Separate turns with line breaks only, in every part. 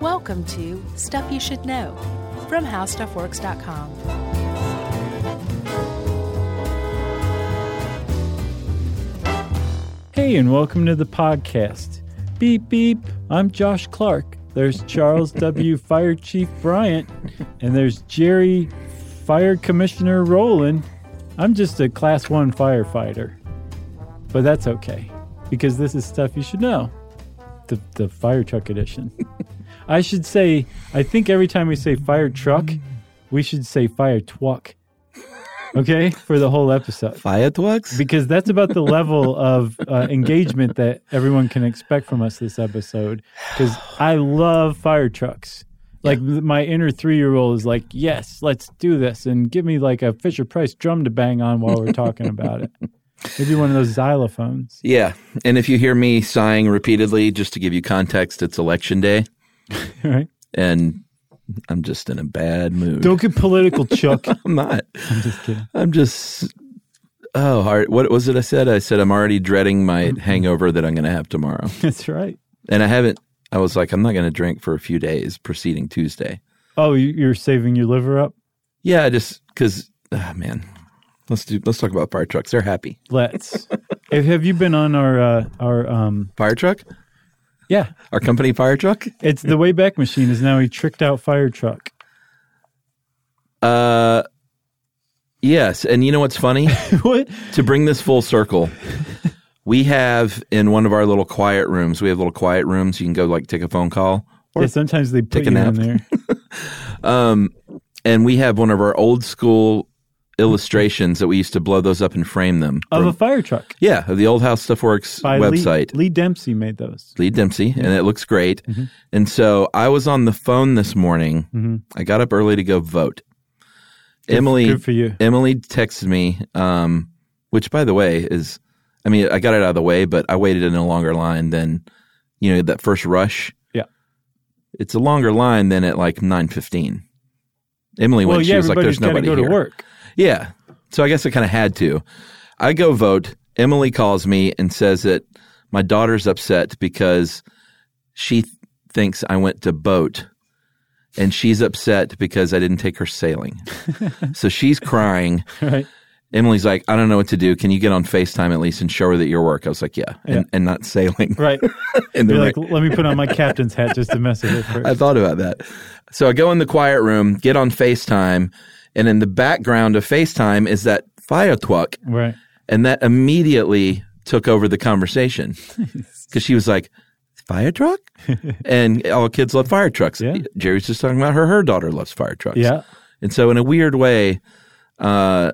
Welcome to Stuff You Should Know from HowStuffWorks.com.
Hey, and welcome to the podcast. Beep, beep. I'm Josh Clark. There's Charles W. Fire Chief Bryant, and there's Jerry Fire Commissioner Roland. I'm just a class one firefighter, but that's okay because this is stuff you should know the, the fire truck edition. I should say, I think every time we say fire truck, we should say fire twuck. Okay, for the whole episode
Fireworks?
because that's about the level of uh, engagement that everyone can expect from us this episode. Because I love fire trucks. Like th- my inner three year old is like, yes, let's do this, and give me like a Fisher Price drum to bang on while we're talking about it. Maybe one of those xylophones.
Yeah. And if you hear me sighing repeatedly, just to give you context, it's election day
Right?
and I'm just in a bad mood.
Don't get political, Chuck.
I'm not.
I'm just kidding.
I'm just. Oh, all right. what was it I said? I said I'm already dreading my hangover that I'm going to have tomorrow.
That's right.
And I haven't, I was like, I'm not going to drink for a few days preceding Tuesday.
Oh, you- you're saving your liver up.
Yeah, I just, because, ah man, let's do, let's talk about fire trucks. They're happy.
Let's. Have- Have you been on our uh, our um?
Fire truck?
Yeah,
Our company fire truck?
it's the Wayback Machine is now a tricked out fire truck.
Uh, yes. And you know what's funny?
what?
to bring this full circle, we have in one of our little quiet rooms, we have little quiet rooms. You can go like take a phone call.
yeah, sometimes they put
take a
you in
nap.
there.
And we have one of our old school illustrations that we used to blow those up and frame them.
of
From-
a fire truck
yeah, of the Old House Stuff Works
by
website.
Lee, Lee Dempsey made those.
Lee Dempsey, and it looks great.
Mm-hmm.
And so I was on the phone this morning. I got up early to go vote. Emily,
good for you.
Emily texted me, um, which by the way is, I mean, I got it out of the way, but I waited in a longer line than, you know, that first rush.
Yeah.
It's a longer line than at like nine fifteen. Emily
well,
went.
yeah,
she was like,
everybody's
"There's
got to go
nobody here."
to work.
Yeah. So I guess I kind of had to. I go vote. Emily calls me and says that my daughter's upset because she th- thinks I went to boat and she's upset because I didn't take her sailing. so she's crying.
Right?
Emily's like, I don't know what to do. Can you get on FaceTime at least and show her that you're work? I was like, yeah, and, and not sailing.
Right.
And
You're
they're
like, let me put on my captain's hat just to mess with it first.
I thought about that. So I go in the quiet room, get on FaceTime, and in the background of FaceTime is that fire truck
right.
And that immediately took over the conversation because she was like, fire truck? and all kids love fire trucks.
Yeah.
Jerry's just talking about her, her daughter loves fire trucks.
Yeah.
And so, in a weird way, uh,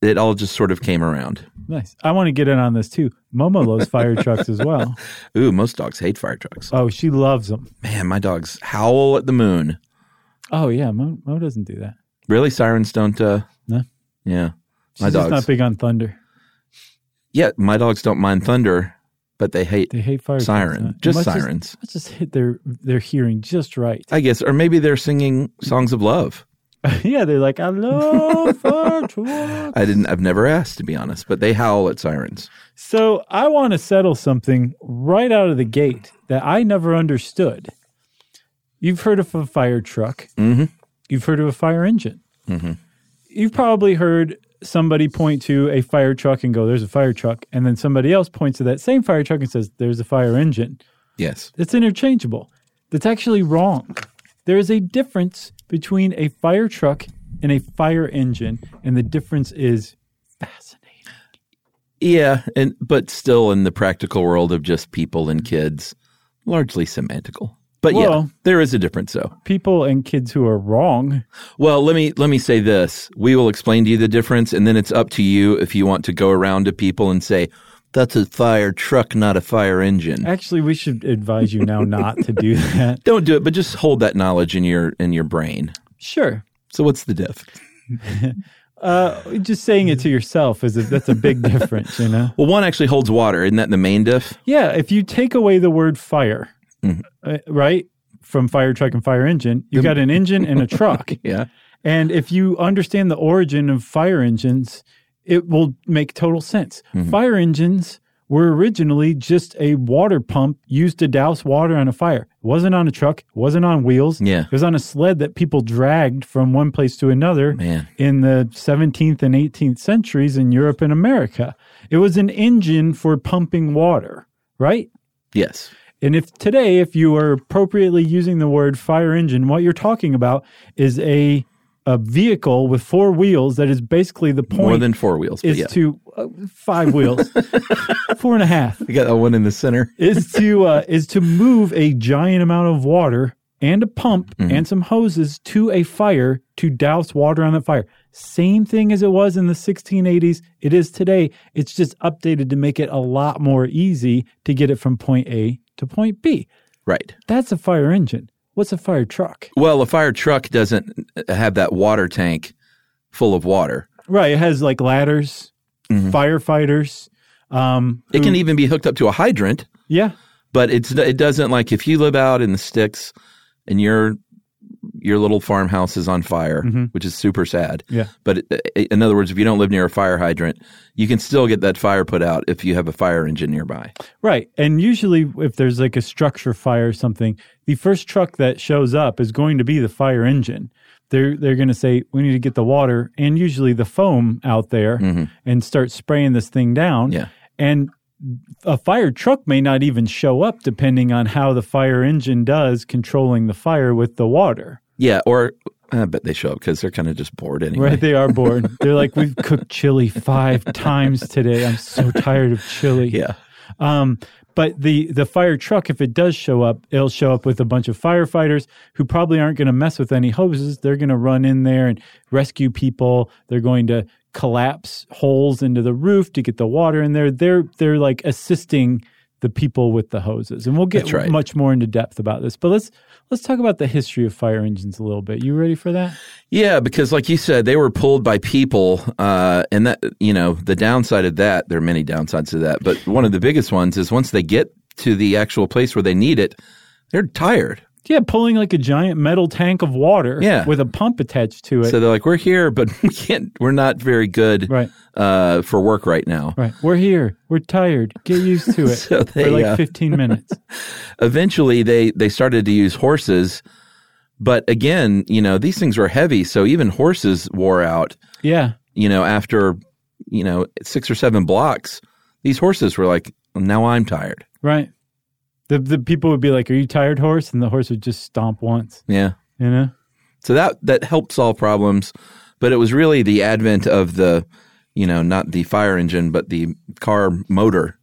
it all just sort of came around.
Nice. I want to get in on this too. Momo loves fire trucks as well.
Ooh, most dogs hate fire trucks.
Oh, she loves them.
Man, my dogs howl at the moon.
Oh yeah, Mo, Mo doesn't do that.
Really? Sirens don't, uh,
No.
yeah.
She's
My
just
dogs.
not big on thunder.
yeah, my dogs don't mind thunder, but they hate
They hate fire trucks.
siren,
It
just
must
sirens.
Let's just hit their their hearing just right.
I guess. Or maybe they're singing songs of love.
yeah, they're like, I love fire trucks.
I didn't. I've never asked to be honest, but they howl at sirens.
So I want to settle something right out of the gate that I never understood. You've heard of a fire truck.
Mm-hmm.
You've heard of a fire engine. You've probably heard somebody point to a fire truck and go, "There's a fire truck," and then somebody else points to that same fire truck and says, "There's a fire engine."
Yes.
That's interchangeable. That's actually wrong. There is a difference between a fire truck and a fire engine, and the difference is fascinating.
Yeah, and but still in the practical world of just people and kids, largely semantical. But yeah,
Well-
there is a difference though.
People and kids who are wrong
Well, let me let me say this. We will explain to you the difference and then it's up to you if you want to go around to people and say that's a fire truck, not a fire engine.
Actually, we should advise you now not to do that.
Don't do it, but just hold that knowledge in your in your brain.
Sure.
So what's the diff?
Uh, just saying it to yourself is a, that's a big difference, you know.
Well, one actually holds water. Isn't that the main diff?
Yeah, if you take away the word fire, uh, right, from fire truck and fire engine, you got an engine and a truck.
Yeah.
And if you understand the
Mm-hmm.
origin of fire engines, it will make total sense. Fire engines were originally just a water pump used to douse water on a fire. It wasn't on a truck, it wasn't on wheels.
Yeah.
It was on a sled that people dragged from one place to another
Man.
in the 17th and 18th centuries in Europe and America. It was an engine for pumping water, right?
Yes.
And if today, if you are appropriately using the word fire engine, what you're talking about is a a vehicle with four wheels that is basically the point
More than four wheels. But
is
yeah.
to uh, five wheels, four and a half
You got that one in the center.
is to uh, is to move a giant amount of water and a pump
Mm-hmm.
and some hoses to a fire to douse water on that fire. Same thing as it was in the 1680s. It is today. It's just updated to make it a lot more easy to get it from point A to point B.
Right.
That's a fire engine. What's a fire truck?
Well, a fire truck doesn't have that water tank full of water.
Right. It has like ladders, firefighters. Um,
It can even be hooked up to a hydrant,
yeah.
but it's it doesn't like if you live out in the sticks and your your little farmhouse is on fire, which is super sad.
Yeah.
But it, it- in other words, if you don't live near a fire hydrant, you can still get that fire put out if you have a fire engine nearby.
Right. And usually, if there's like a structure fire or something, the first truck that shows up is going to be the fire engine. They're, they're going to say, we need to get the water and usually the foam out there and start spraying this thing down.
Yeah.
And a fire truck may not even show up depending on how the fire engine does controlling the fire with the water.
Yeah, or I bet they show up because they're kind of just bored anyway.
Right. They are bored. They're like, we've cooked chili five times today. I'm so tired of chili.
Yeah.
Um, but the the fire truck, if it does show up, it'll show up with a bunch of firefighters who probably aren't going to mess with any hoses. They're going to run in there and rescue people. They're going to collapse holes into the roof to get the water in there. They're they're like assisting the people with the hoses, and we'll get
That's right.
much more into depth about this. But let's let's talk about the history of fire engines a little bit. You ready for that?
Yeah, because like you said, they were pulled by people, uh, and that you know the downside of that. There are many downsides to that, but one of the biggest ones is once they get to the actual place where they need it, they're tired.
Yeah, pulling like a giant metal tank of water
Yeah.
with a pump attached to it.
So they're like, "We're here, but we can't. We're not very good
Right.
uh, for work right now."
Right. We're here. We're tired. Get used to it.
So they,
For like
uh,
15 minutes.
Eventually, they they started to use horses, but again, you know these things were heavy, so even horses wore out.
Yeah.
you know, after, you know, six or seven blocks, these horses were like, now I'm tired.
Right. The the people would be like, "Are you tired, horse?" And the horse would just stomp once.
Yeah.
You know.
So that, that helped solve problems. But it was really the advent of the, you know, not the fire engine, but the car motor.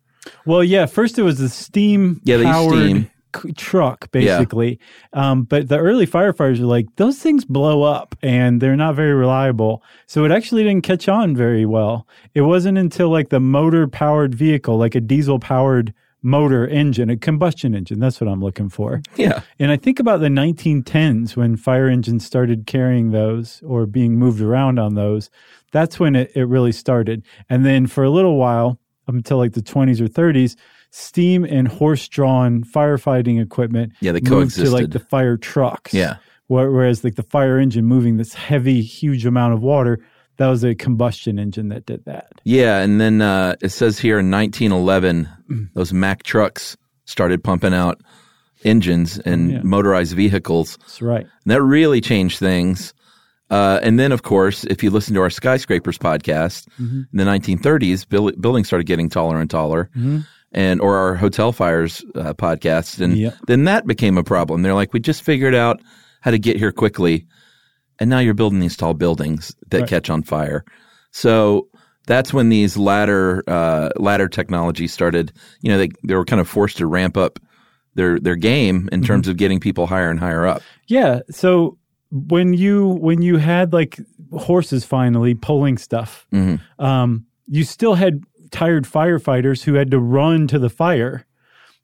Well, yeah. First, it was the steam
Yeah, they used
powered
steam.
c- truck, basically. Um, but the early firefighters were like, "Those things blow up, and they're not very reliable." So it actually didn't catch on very well. It wasn't until like the motor powered vehicle, like a diesel powered motor engine, a combustion engine. That's what I'm looking for.
Yeah.
And I think about the 1910s when fire engines started carrying those or being moved around on those. That's when it, it really started. And then for a little while, up until like the 20s or 30s, steam and horse drawn firefighting equipment
Yeah, they
moved to like
coexisted.
the fire trucks.
Yeah.
Where- Whereas like the fire engine moving this heavy, huge amount of water, that was a combustion engine that did that.
Yeah. And then uh, it says here in 1911, those Mack trucks started pumping out engines and
Yeah.
motorized vehicles.
That's right.
And that really changed things. Uh, and then, of course, if you listen to our skyscrapers podcast
Mm-hmm.
in the 1930s, buil- buildings started getting taller and taller,
Mm-hmm.
and or our hotel fires uh, podcast, and
Yep.
then that became a problem. They're like, we just figured out how to get here quickly, and now you're building these tall buildings that
Right.
catch on fire. So that's when these ladder uh, ladder technology started. You know, they they were kind of forced to ramp up their their game in
Mm-hmm.
terms of getting people higher and higher up.
Yeah. So when you when you had like horses finally pulling stuff,
Mm-hmm.
um, you still had tired firefighters who had to run to the fire.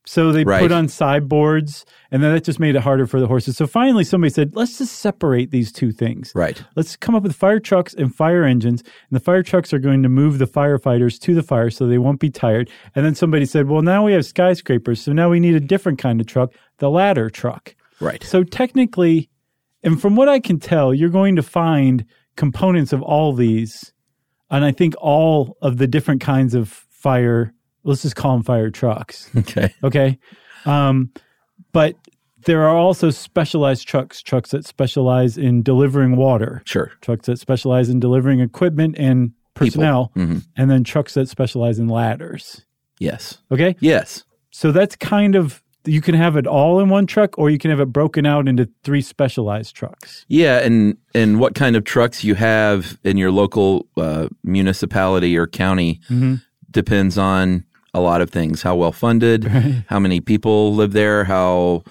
So they
Right.
put on sideboards, and then that just made it harder for the horses. So finally, somebody said, "Let's just separate these two things.
Right.
Let's come up with fire trucks and fire engines, and the fire trucks are going to move the firefighters to the fire so they won't be tired. And then somebody said, Well, now we have skyscrapers, so now we need a different kind of truck, the ladder truck.
Right.
So technically, and from what I can tell, you're going to find components of all these, and I think all of the different kinds of fire let's just call them fire trucks.
Okay.
Okay. Um, but there are also specialized trucks, trucks that specialize in delivering water,
Sure.
trucks that specialize in delivering equipment and personnel,
Mhm.
and then trucks that specialize in ladders.
Yes.
Okay.
Yes.
So that's kind of, you can have it all in one truck or you can have it broken out into three specialized trucks.
Yeah, and and what kind of trucks you have in your local uh, municipality or county depends on a lot of things: how well funded, how many people live there, how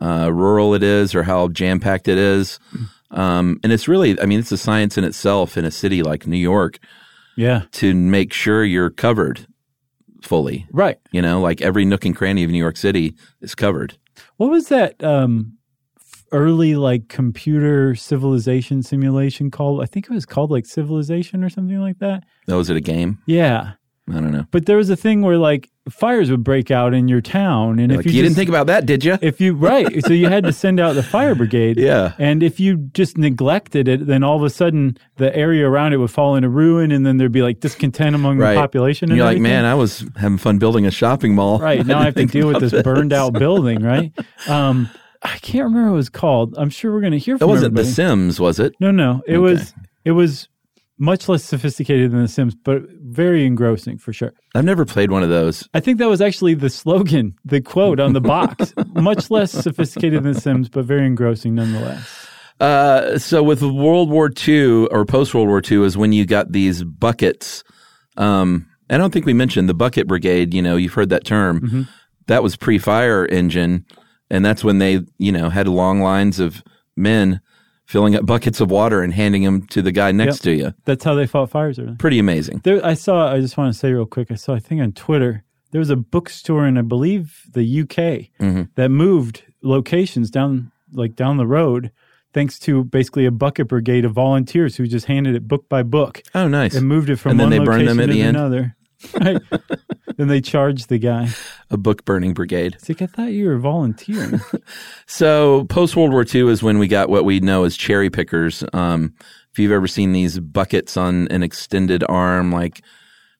uh, rural it is, or how jam packed it is. Um, and it's really, I mean, it's a science in itself in a city like New York
Yeah.
to make sure you're covered fully.
Right.
You know, like every nook and cranny of New York City is covered.
What was that um, f- early like computer civilization simulation called? I think it was called like Civilization or something like that.
That was it a game?
Yeah,
I don't know.
but there was a thing where like fires would break out in your town, and
Like,
if
you,
you,
didn't
just-
think about that, did you?
if you right, so you had to send out the fire brigade.
Yeah.
And if you just neglected it, then all of a sudden the area around it would fall into ruin, and then there'd be like discontent among
Right.
the population.
And
And
you're
everything.
like, man, I was having fun building a shopping mall.
Right. Now I have to
didn't think
deal with
about
this burned out building, right? Um, I can't remember what it was called. I'm sure we're going to hear
That
from
wasn't The
everybody.
Sims, was it?
No, no. It
Okay.
was it was much less sophisticated than The Sims, but very engrossing for sure.
I've never played one of those.
I think that was actually the slogan, the quote on the box. much less sophisticated than The Sims, but very engrossing nonetheless.
Uh, so with World War II or post World War II is when you got these buckets. Um, I don't think we mentioned the bucket brigade. You know, you've heard that term.
Mm-hmm.
That was pre-fire engine, and that's when they, you know, had long lines of men filling up buckets of water and handing them to the guy next to you.
That's how they fought fires early.
Pretty amazing.
There, I saw. I just want to say real quick. I saw. I think on Twitter there was a bookstore in I believe the UK
Mm-hmm.
that moved locations down like down the road, thanks to basically a bucket brigade of volunteers who just handed it book by book
Oh, nice.
and moved it from
And then
one
they burned
location
them at
to
the end?
another. Right. then they charged the guy.
A book burning brigade.
It's like I thought you were volunteering.
So post World War II is when we got what we know as cherry pickers. Um, if you've ever seen these buckets on an extended arm, like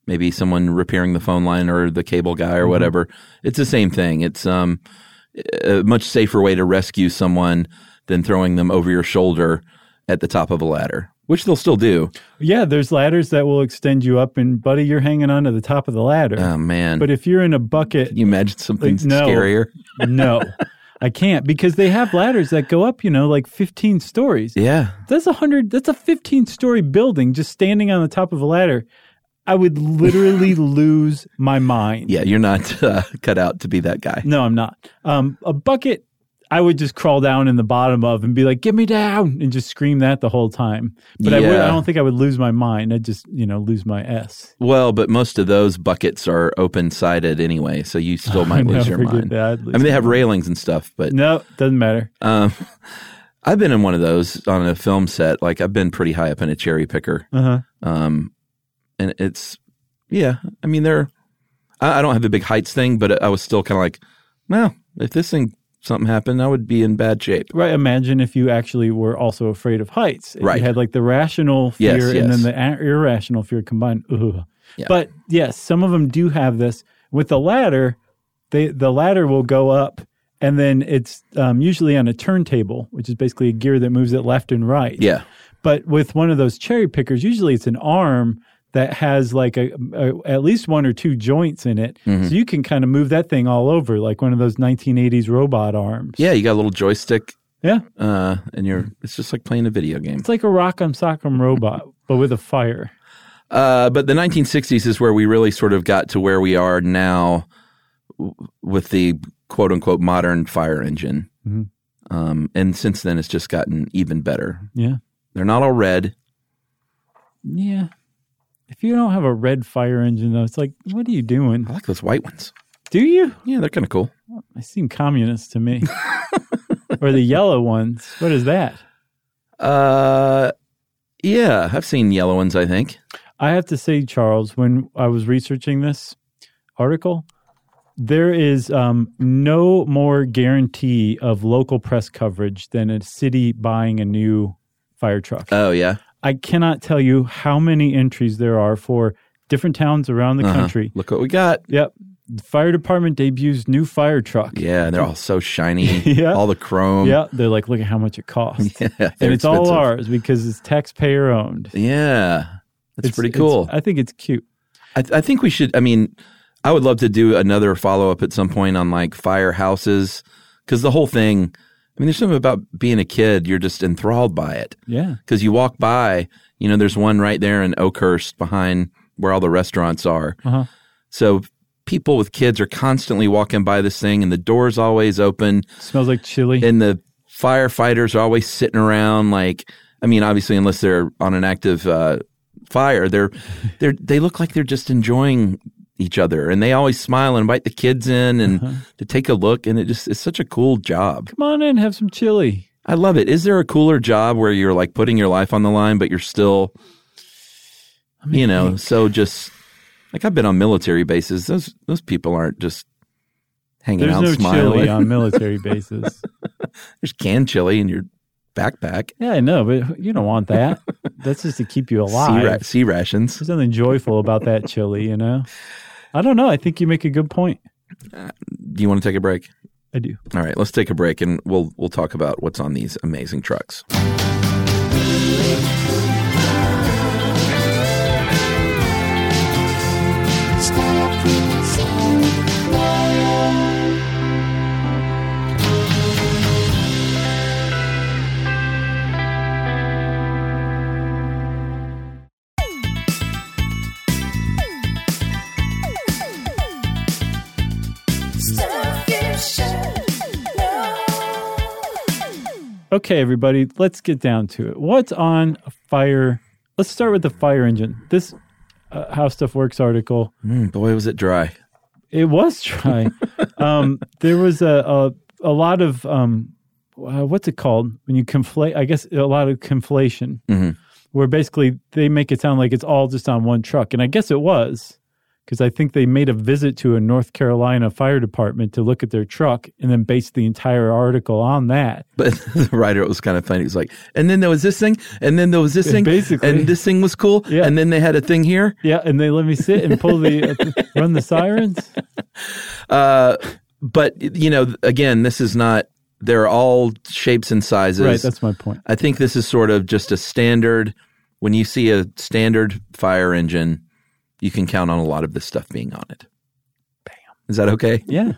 maybe someone repairing the phone line or the cable guy
Mm-hmm.
or whatever, it's the same thing. It's um, a much safer way to rescue someone than throwing them over your shoulder at the top of a ladder, which they'll still do.
yeah, there's ladders that will extend you up, and buddy, you're hanging on to the top of the ladder.
Oh man!
but if you're in a bucket,
Can you imagine something
Like, no.
scarier?
no, I can't because they have ladders that go up, you know, like 15 stories.
Yeah,
That's a hundred. That's a 15 story building just standing on the top of a ladder. I would literally lose my mind.
yeah. You're not uh, cut out to be that guy.
No, I'm not. Um, a bucket, I would just crawl down in the bottom of and be like, "Get me down!" and just scream that the whole time. But I, would,
Yeah.
I don't think I would lose my mind. I'd just, you know, lose my s.
Well, but most of those buckets are open sided anyway, so you still might
No,
lose your
forget
mind.
that. I'd lose
I mean, they have
my-
railings and stuff, but
No, doesn't matter.
um, I've been in one of those on a film set. Like I've been pretty high up in a cherry picker,
Uh huh.
um, and it's yeah. I mean, they're I, I don't have the big heights thing, but I was still kind of like, well, if this thing something happened, I would be in bad shape.
Right. Imagine if you actually were also afraid of heights. If
Right.
You had like the rational fear
Yes,
and
yes.
then the a- irrational fear combined. Ugh.
Yeah.
But yes, some of them do have this. With the ladder, they the ladder will go up, and then it's um, usually on a turntable, which is basically a gear that moves it left and right.
Yeah,
But with one of those cherry pickers, usually it's an arm that has like a, a at least one or two joints in it,
Mm-hmm.
so you can kind of move that thing all over, like one of those 1980s robot arms.
yeah. You got a little joystick,
Yeah.
uh, and you're
Mm-hmm.
it's just like playing a video game.
It's like a rock'em sock'em robot, but with a fire.
Uh, but the 1960s is where we really sort of got to where we are now w- with the quote unquote modern fire engine.
Mhm.
Um, and since then, it's just gotten even better.
Yeah.
They're not all red.
Yeah. If you don't have a red fire engine, though, it's like, what are you doing?
I like those white ones.
Do you?
Yeah, they're kind of cool.
They seem communist to me. or the yellow ones. What is that?
Uh, yeah, I've seen yellow ones, I think.
I have to say, Charles, when I was researching this article, there is um, no more guarantee of local press coverage than a city buying a new fire truck.
Oh, yeah.
I cannot tell you how many entries there are for different towns around the
Uh-huh.
country.
Look what we got.
Yep. The fire department debuts new fire truck.
Yeah, and they're all so shiny.
Yeah.
All the chrome.
Yeah, they're like, look at how much it costs.
Yeah, they're
and it's all
expensive.
ours because it's taxpayer owned.
Yeah. That's pretty cool.
I think it's cute.
I, th- I think we should. I mean, I would love to do another follow up at some point on like firehouses because the whole thing. I mean, there's something about being a kid. You're just enthralled by it
Yeah.
because you walk by. You know, there's one right there in Oakhurst behind where all the restaurants are.
Uh-huh.
So people with kids are constantly walking by this thing, and the door's always open,
smells like chili.
and the firefighters are always sitting around. Like, I mean, obviously, unless they're on an active uh, fire, they're they're they look like they're just enjoying each other, and they always smile and invite the kids in and
Uh-huh.
to take a look. And it just it's such a cool job.
Come on in, have some chili.
I love it. Is there a cooler job where you're like putting your life on the line, but you're still, you know, so just like I've been on military bases. Those those people aren't just hanging
There's
out
no
smiling.
chili on military bases.
There's canned chili in your backpack.
yeah, I know, but you don't want that. That's just to keep you
Sea,
alive.
ra- sea rations.
There's nothing joyful about that chili, you know? I don't know. I think you make a good point.
Do you want to take a break?
I do.
All right, let's take a break and we'll we'll talk about what's on these amazing trucks.
Okay, everybody, let's get down to it. What's on a fire? Let's start with the fire engine. This uh, How Stuff Works article,
Mm, boy, was it dry.
it was dry. um, there was a, a, a lot of, um, uh, what's it called? When you conflate, I guess a lot of conflation,
Mhm.
where basically they make it sound like it's all just on one truck. And I guess it was. Because I think they made a visit to a North Carolina fire department to look at their truck and then based the entire article on that.
But the writer it was kind of funny. He was like, and then there was this thing, and then there was this thing,
Basically.
and this thing was cool,
Yeah.
and then they had a thing here.
Yeah, and they let me sit and pull the uh, run the sirens.
Uh, but you know, again, this is not. They're all shapes and sizes.
Right, that's my point.
I think this is sort of just a standard. When you see a standard fire engine, you can count on a lot of this stuff being on it. Bam. Is that okay?
Yeah,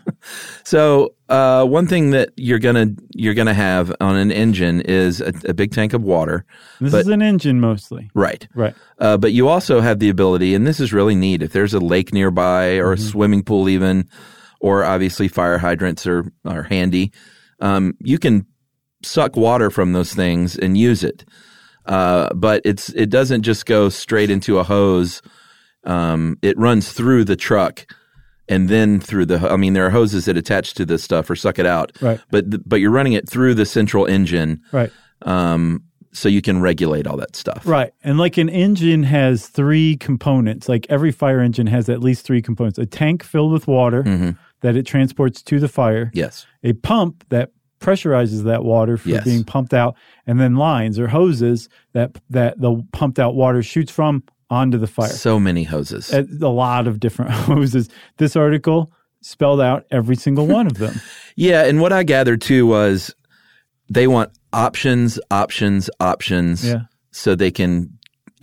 So uh, one thing that you're gonna you're gonna have on an engine is a, a big tank of water,
this
But-
is an engine mostly.
right?
Right.
Uh, but you also have the ability, and this is really neat. If there's a lake nearby or
Mm-hmm.
a swimming pool, even, or obviously fire hydrants are are handy, um, you can suck water from those things and use it. Uh, but it's it doesn't just go straight into a hose. Um, it runs through the truck and then through the. I mean, there are hoses that attach to this stuff or suck it out.
Right.
But th- but you're running it through the central engine,
Right.
um, so you can regulate all that stuff.
Right. And like an engine has three components. Like every fire engine has at least three components. A tank filled with water
Mm-hmm.
that it transports to the fire.
Yes.
a pump that pressurizes that water for
Yes.
being pumped out, and then lines or hoses that that the pumped out water shoots from onto the fire.
So many hoses.
Uh, a lot of different hoses. This article spelled out every single one of them.
yeah, and what I gathered too was they want options, options, options,
Yeah.
so they can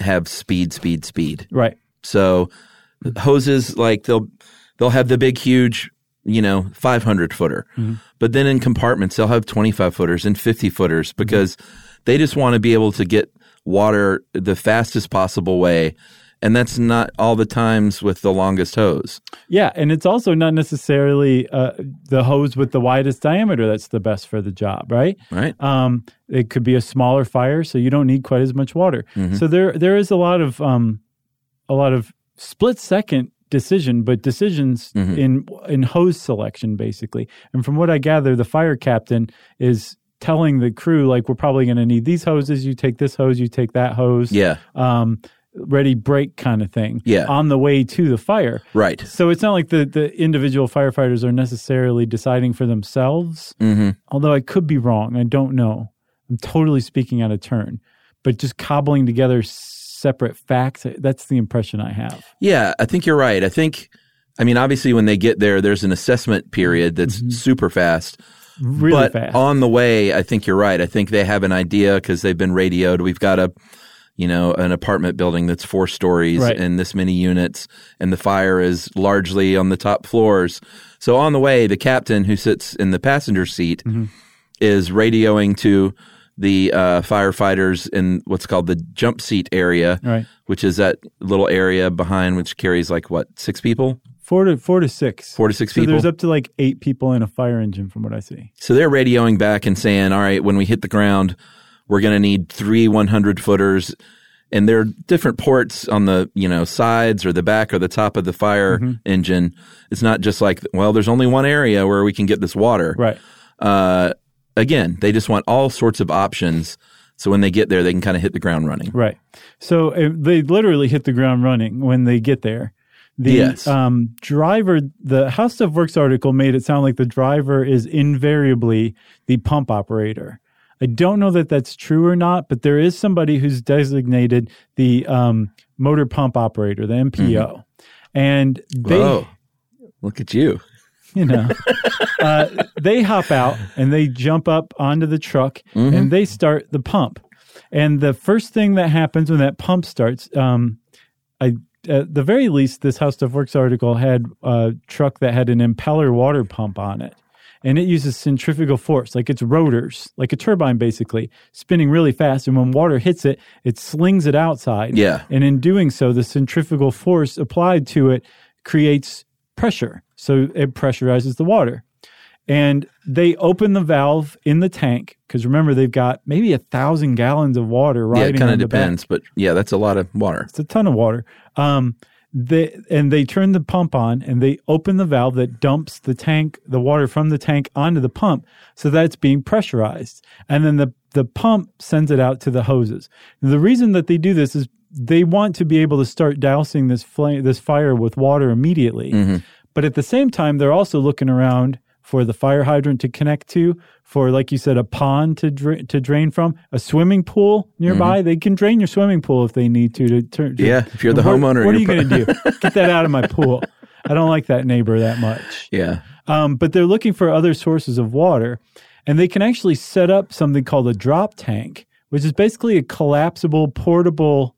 have speed, speed, speed.
Right.
So hoses like they'll they'll have the big huge you know 500 footer
Mm-hmm.
but then in compartments they'll have 25 footers and 50 footers
Mm-hmm.
because they just want to be able to get water the fastest possible way and that's not all the times with the longest hose
Yeah, and it's also not necessarily uh, the hose with the widest diameter that's the best for the job, right?
right
Um, it could be a smaller fire, so you don't need quite as much water.
Mm-hmm.
So there, there is a lot of um, a lot of split second decision, but decisions
Mm-hmm.
in in hose selection basically. And from what I gather, the fire captain is telling the crew like, "We're probably going to need these hoses. You take this hose. You take that hose.
yeah
Um, ready, break, kind of thing.
Yeah.
on the way to the fire.
right
So it's not like the, the individual firefighters are necessarily deciding for themselves.
Mhm.
Although I could be wrong. I don't know. I'm totally speaking out of turn. But just cobbling together s- separate facts. That's the impression I have.
Yeah, I think you're right. I think, I mean, obviously, when they get there, there's an assessment period that's super fast.
Mm-hmm. Really
but
fast.
on the way, I think you're right. I think they have an idea because they've been radioed. We've got a, you know, an apartment building that's four stories
Right.
and this many units, and the fire is largely on the top floors. So on the way, the captain who sits in the passenger seat
Mm-hmm.
is radioing to the uh, firefighters in what's called the jump seat area,
Right.
which is that little area behind which carries like what six people,
four to four to six.
four to six
so
people.
there's up to like eight people in a fire engine, from what I see.
So they're radioing back and saying, all right, when we hit the ground, we're going to need three 100 footers. And there are different ports on the, you know, sides or the back or the top of the fire
Mm-hmm.
engine. It's not just like, well, there's only one area where we can get this water.
Right.
Uh, again, they just want all sorts of options. So when they get there, they can kind of hit the ground running.
Right. So uh, they literally hit the ground running when they get there. The
Yes.
um, driver, the How Stuff Works article made it sound like the driver is invariably the pump operator. I don't know that that's true or not, but there is somebody who's designated the um, motor pump operator, the MPO. And they,
Mm-hmm. Whoa, look at you.
you know, uh, they hop out and they jump up onto the truck and they start the pump. And the first thing that happens when that pump starts, um, I at the very least, this House of Works article had a truck that had an impeller water pump on it, and it uses centrifugal force, like it's rotors, like a turbine, basically spinning really fast. And when water hits it, it slings it outside.
Yeah.
And in doing so, the centrifugal force applied to it creates pressure. So it pressurizes the water. And they open the valve in the tank because remember, they've got maybe a thousand gallons of water
Yeah,
riding
it kind
on
of
the back.
depends, but yeah, that's a lot of water.
It's a ton of water. Um, they, and they turn the pump on and they open the valve that dumps the tank, the water from the tank onto the pump so that it's being pressurized. And then the, the pump sends it out to the hoses. the reason that they do this is they want to be able to start dousing this flame, this fire with water immediately.
Mm-hmm.
But at the same time, they're also looking around for the fire hydrant to connect to, for like you said, a pond to dra- to drain from, a swimming pool nearby. They can drain your swimming pool if they need to. To, turn to-
Mm-hmm. Yeah, if you're the
What-
homeowner,
what are
you're
you
pro-
going to do? Get that out of my pool. I don't like that neighbor that much.
Yeah.
Um, but they're looking for other sources of water, and they can actually set up something called a drop tank, which is basically a collapsible portable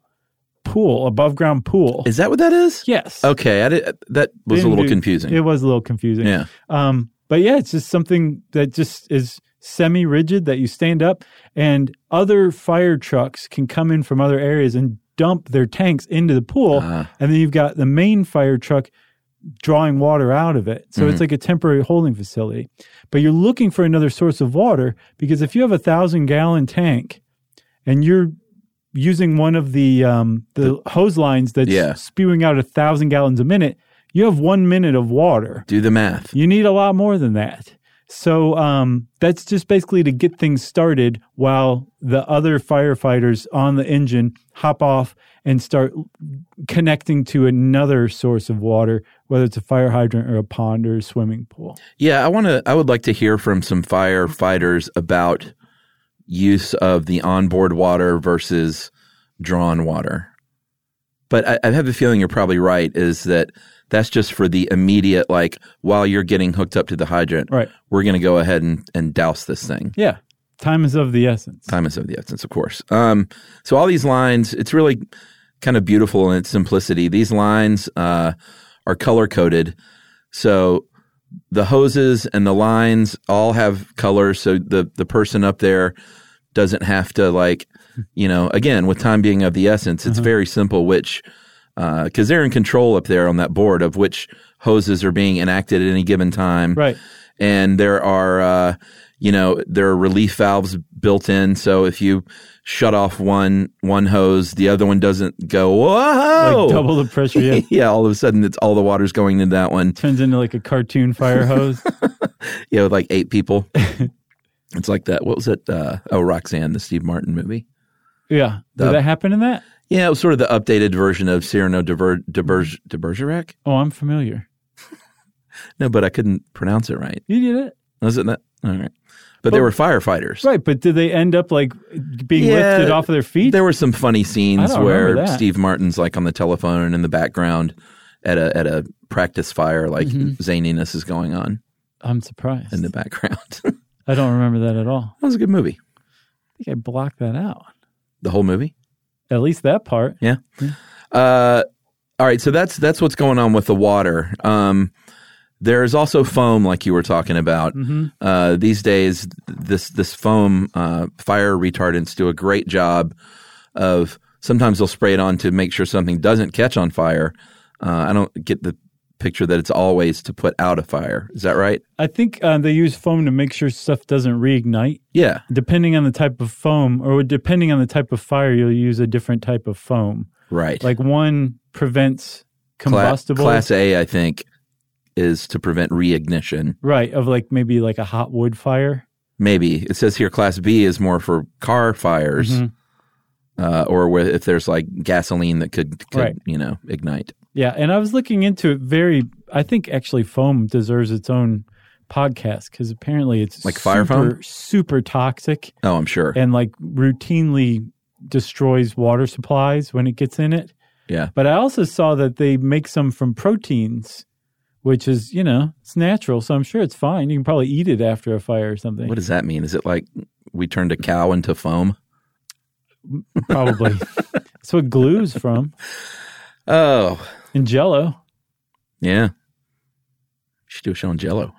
pool, above ground pool.
Is that what that is?
yes.
Okay. I did, that was a
Didn't
little
do-
confusing.
It was a little confusing.
yeah.
Um, but yeah, it's just something that just is semi rigid that you stand up and other fire trucks can come in from other areas and dump their tanks into the pool.
Ah.
And then you've got the main fire truck drawing water out of it. So it's like a temporary holding facility. But you're looking for another source of water because if you have a thousand gallon tank and you're using one of the um, the, hose lines that's
Yeah.
spewing out a thousand gallons a minute, you have one minute of water.
Do the math.
You need a lot more than that. So um, that's just basically to get things started while the other firefighters on the engine hop off and start connecting to another source of water, whether it's a fire hydrant or a pond or a swimming pool.
Yeah, I want to. I would like to hear from some firefighters about use of the onboard water versus drawn water. But I, I have a feeling you're probably right. Is that that's just for the immediate, like while you're getting hooked up to the hydrant,
Right.
We're going to go ahead and, and douse this thing.
Yeah. Time is of the essence.
Time is of the essence, of course. Um, so all these lines, it's really kind of beautiful in its simplicity. These lines uh, are color coded, so the hoses and the lines all have colors. So the the person up there doesn't have to like, you know, again with time being of the essence, it's very simple which. Because they're in control up there on that board of which hoses are being enacted at any given time
Right.
and there are uh, you know there are relief valves built in so if you shut off one one hose the other one doesn't go whoa
Like double the pressure. Yeah.
yeah all of a sudden it's all the water's going into that one
Turns into like a cartoon fire hose.
you know with like eight people it's like that what was it uh, oh roxanne the steve martin movie
Yeah. Did
The-
that happen in that?
yeah it was sort of the updated version of cyrano de, Ver- de, Berg- de bergerac
Oh, I'm familiar.
no but i couldn't pronounce it right
You did it.
was it that all right but, they were firefighters.
Right, but did they end up like being
Yeah,
lifted off of their feet?
There were some funny scenes
I don't remember
where
that.
Steve Martin's like on the telephone and in the background at a at a practice fire, like
Mm-hmm.
zaniness is going on
I'm surprised.
in the background. that
I don't remember that at all.
was a good movie.
I think I blocked that out.
The whole movie.
At least that part.
Yeah. Uh, all right. So that's that's what's going on with the water. Um, there is also foam, like you were talking about.
Mm-hmm.
Uh, these days, this this foam uh, fire retardants do a great job of. Sometimes they'll spray it on to make sure something doesn't catch on fire. Uh, I don't get the picture that it's always to put out a fire. Is that right?
I think uh, they use foam to make sure stuff doesn't reignite.
Yeah.
Depending on the type of foam, or depending on the type of fire, you'll use a different type of foam.
Right.
Like one prevents
Cla-
combustible.
class A, I think, is to prevent reignition.
Right, of like maybe like a hot wood fire.
maybe it says here class b is more for car fires uh, or where, if there's like gasoline that could, could
Mm-hmm. Right.
you know ignite
Yeah, and I was looking into it very. I think actually foam deserves its own podcast because apparently it's
Like fire foam?
super, super toxic
oh i'm sure
and like routinely destroys water supplies when it gets in it.
yeah
But I also saw that they make some from proteins, which is you know it's natural, so I'm sure it's fine. You can probably eat it after a fire or something.
what does that mean is it like we turned a cow into foam
probably. That's what glue's from
oh
and Jello.
yeah should do a show on jello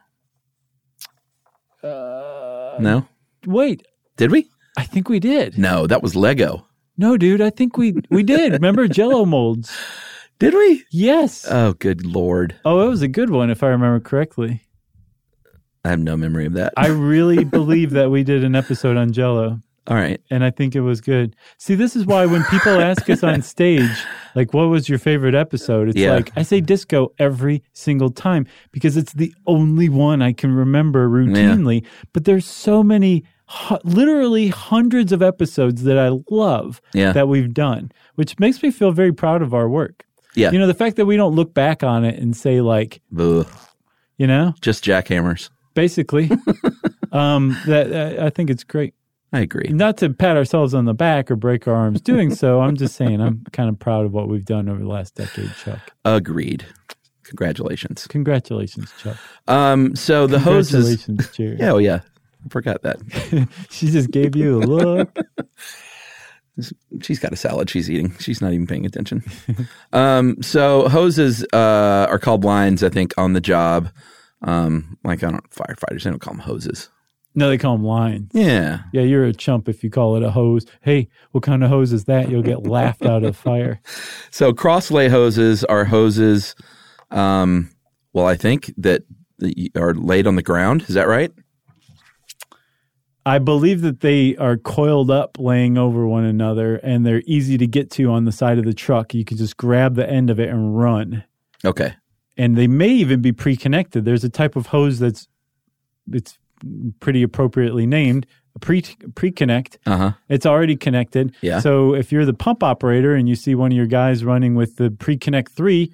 Uh,
no
Wait,
did we
I think we did.
no that was lego
No, dude, I think we we did. Remember Jello molds?
did we
Yes.
oh good lord
oh, it was a good one if I remember correctly.
i have no memory of that
I really believe that we did an episode on Jello,
all right
and I think it was good. See, this is why when people ask us on stage, like, "What was your favorite episode?" It's
Yeah.
like I say disco every single time because it's the only one I can remember routinely. But there's so many. hu- Literally hundreds of episodes that I love
Yeah.
that we've done, which makes me feel very proud of our work.
yeah
You know, the fact that we don't look back on it and say like,
Ugh.
you know,
just jackhammers
basically, um, that I I think it's great.
i agree
Not to pat ourselves on the back or break our arms doing so. I'm just saying I'm kind of proud of what we've done over the last decade, Chuck.
agreed congratulations
Congratulations, Chuck.
um so the hose is
Congratulations, Jerry.
Yeah, oh yeah. I forgot that.
She just gave you a look.
She's got a salad she's eating. She's not even paying attention. um, so hoses uh, are called blinds, I think, on the job. Um, like I don't firefighters, they don't call them hoses.
no, they call them lines.
Yeah.
Yeah, you're a chump if you call it a hose. Hey, what kind of hose is that? You'll get laughed out of fire.
So crosslay hoses are hoses. Um, well, I think that that y- are laid on the ground. Is that right?
I believe that they are coiled up, laying over one another, and they're easy to get to on the side of the truck. You can just grab the end of it and run.
Okay.
And they may even be pre-connected. There's a type of hose that's it's pretty appropriately named a pre pre-connect.
Uh huh.
It's already connected.
Yeah.
So if you're the pump operator and you see one of your guys running with the pre-connect three,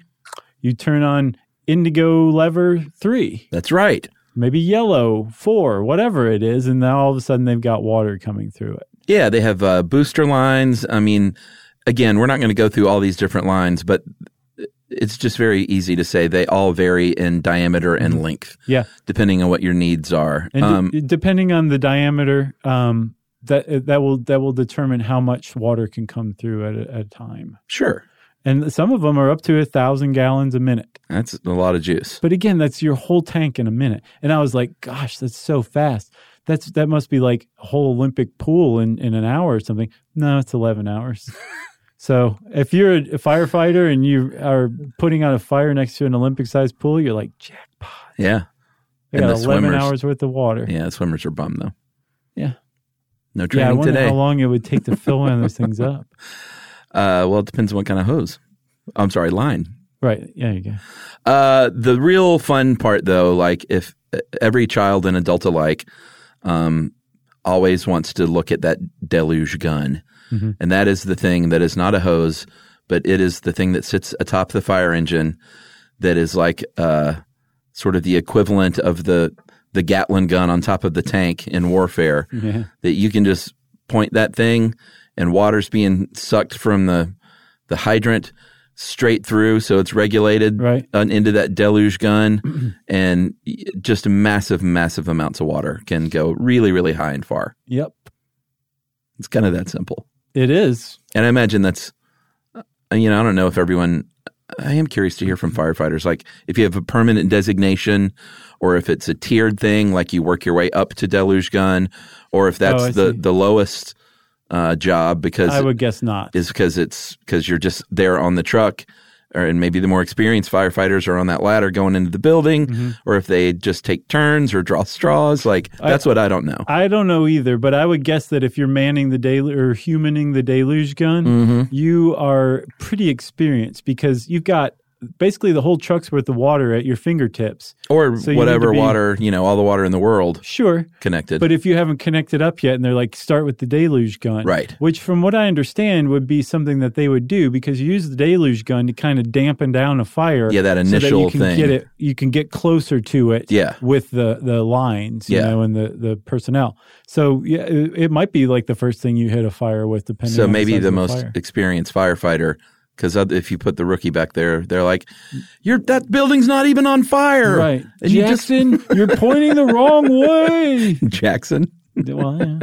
you turn on indigo lever three
That's right.
maybe yellow, four, whatever it is, and now all of a sudden they've got water coming through it.
Yeah, they have uh, booster lines. I mean, again, we're not going to go through all these different lines, but it's just very easy to say they all vary in diameter and length
Yeah,
depending on what your needs are.
Mm-hmm. and de-
um,
depending on the diameter, um, that that will that will determine how much water can come through at a, at a time.
sure,
And some of them are up to a thousand gallons a minute.
that's a lot of juice.
But again, that's your whole tank in a minute. And I was like, gosh, that's so fast. That's that must be like a whole Olympic pool in, in an hour or something. No, it's eleven hours. so if you're a firefighter and you are putting out a fire next to an Olympic sized pool, you're like, jackpot.
Yeah,
I
And
got
the
eleven
swimmers.
hours worth of water.
yeah, swimmers are bummed though.
Yeah.
No
Yeah, I
training
wonder
today.
how long it would take to fill one of those things up.
uh, well, it depends on what kind of hose. I'm sorry, line.
Right. Yeah, you go.
Uh, the real fun part, though, like if uh, every child and adult alike um, always wants to look at that deluge gun, and that is the thing that is not a hose, but it is the thing that sits atop the fire engine that is like uh, sort of the equivalent of the the Gatlin gun on top of the tank in warfare
Yeah.
that you can just point that thing and water's being sucked from the the hydrant straight through so it's regulated
Right.
on, into that deluge gun and y- just massive massive amounts of water can go really really high and far
Yep.
it's kind of that simple
It is.
and i imagine that's uh, you know i don't know if everyone i am curious to hear from firefighters like if you have a permanent designation or if it's a tiered thing like you work your way up to deluge gun or if that's
Oh, I
the
see.
the lowest uh, job because
I would guess not.
is because it's because you're just there on the truck, or and maybe the more experienced firefighters are on that ladder going into the building, or if they just take turns or draw straws. Like that's what I don't know.
Mm-hmm. I don't know either, but I would guess that if you're manning the deluge or humaning the deluge gun, you are pretty experienced because you've got basically the whole truck's worth of water at your fingertips.
or
So you need to
whatever
be-
water you know, all the water in the world
Sure.
connected.
But if you haven't connected up yet and they're like, start with the deluge gun.
Right.
Which, from what I understand, would be something that they would do because you use the deluge gun to kind of dampen down a fire.
Yeah, that
so that
initial
you can
thing.
Get it, you can get closer to it
Yeah.
with the, the lines you
Yeah.
know, and the, the personnel. So, yeah, it, it might be like the first thing you hit a fire with, depending
so
on
maybe
size
the
of
most
fire.
experienced firefighter. Because if you put the rookie back there, they're like, "You're that building's not even on fire."
Mm. Right.
And
Jackson, you are pointing the wrong way.
you just Jackson,
Well, yeah,